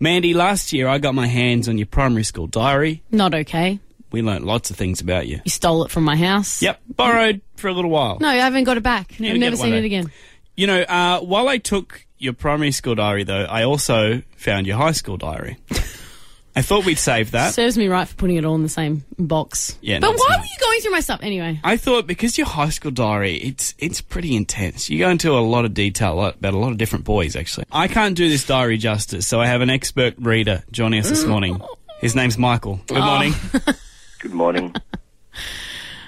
Mandy, last year I got my hands on your primary school diary. Not okay. We learnt lots of things about you. You stole it from my house. Yep, borrowed for a little while. No, I haven't got it back. Yeah, I've you never get one seen day. it again. You know, uh, while I took your primary school diary, though, I also found your high school diary. I thought we'd save that. Serves me right for putting it all in the same box. Yeah, but no, it's why not. were you going through my stuff anyway? I thought because your high school diary, it's it's pretty intense. You go into a lot of detail a lot- about a lot of different boys, actually. I can't do this diary justice, so I have an expert reader joining us this morning. His name's Michael. Good morning. Good morning.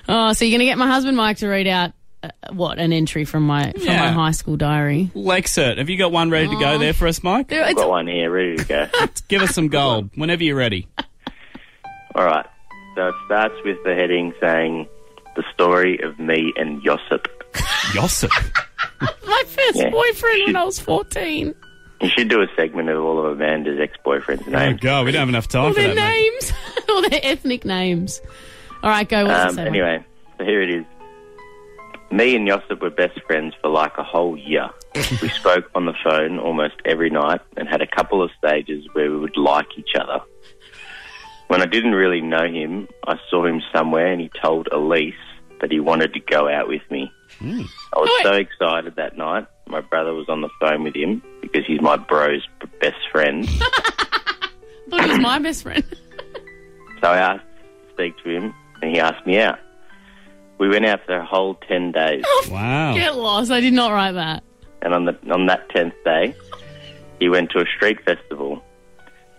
Oh, so you're going to get my husband Mike to read out uh, what an entry from my from my Yeah. high school diary. Lexert, have you got one ready to go there for us, Mike? There- it's- Got one here ready to go. Give us some gold whenever you're ready. All right. So it starts with the heading saying, "The story of me and Yossip." Gossip. my first Yeah. boyfriend when I was 14. You should do a segment of all of Amanda's ex-boyfriends' Oh, names. God, we don't have enough time All for their that. mate. names, all their ethnic names. All right, go. What's it Um, say, Mike? anyway, so here it is. Me and Yossip were best friends for like a whole year. we spoke on the phone almost every night and had a couple of stages where we would like each other. When I didn't really know him, I saw him somewhere and he told Elise that he wanted to go out with me. I was so excited that night. My brother was on the phone with him because he's my bro's b- best friend. thought he was my best friend. So I asked to speak to him, and he asked me out. We went out for a whole ten days, Wow. Get lost. I did not write that. and on the on that tenth day, he went to a street festival.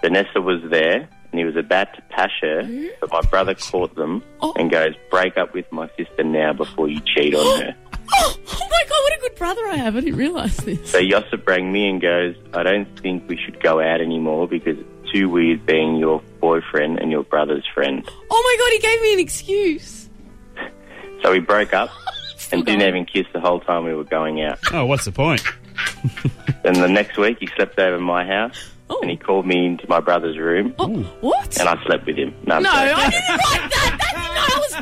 Vanessa was there, and he was about to pash Mm-hmm. her, but my brother caught them Oh. and goes, "Break up with my sister now before you cheat on her." Oh, oh my god, what a good brother I have. I didn't realise this. So Yossip rang me and goes, "I don't think we should go out anymore because it's too weird being your boyfriend and your brother's friend." Oh my god, he gave me an excuse. So we broke up and didn't going. even kiss the whole time we were going out. Oh, what's the point? Then the next week, he slept over at my house Oh, and he called me into my brother's room oh what? and I slept with him. No, I'm No, sorry. I didn't write that.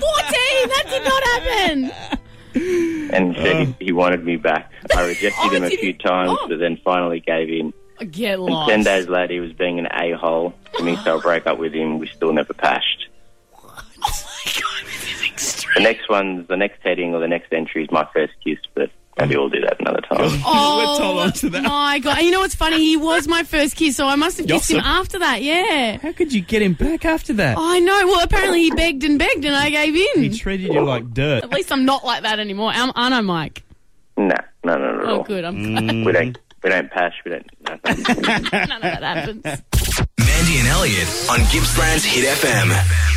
That did not. I was 14. That did not happen. And he said he, he wanted me back. I Oh, rejected him a did few he? times, Oh. but then finally gave in. Get And lost. ten days later, he was being an a-hole to me, so I broke up with him. We still never pashed. Oh my god, this is extreme. The next one's the next heading or the next entry is my first kiss, but maybe we'll do that another time. Oh, Let's hold on to that. my god! And You know what's funny? He was my first kiss, so I must have kissed him Yossip. after that. Yeah. How could you get him back after that? Oh, I know. Well, apparently he begged and begged, and I gave He in. treated you like dirt. At least I'm not like that anymore, am, aren't I, Mike? No, no, no, no, Oh, no. good. Mm. I'm Mm. glad We don't, we don't pash. We don't. No, no. none of that happens. Mandy and Elliot on Gippsland's Hit FM.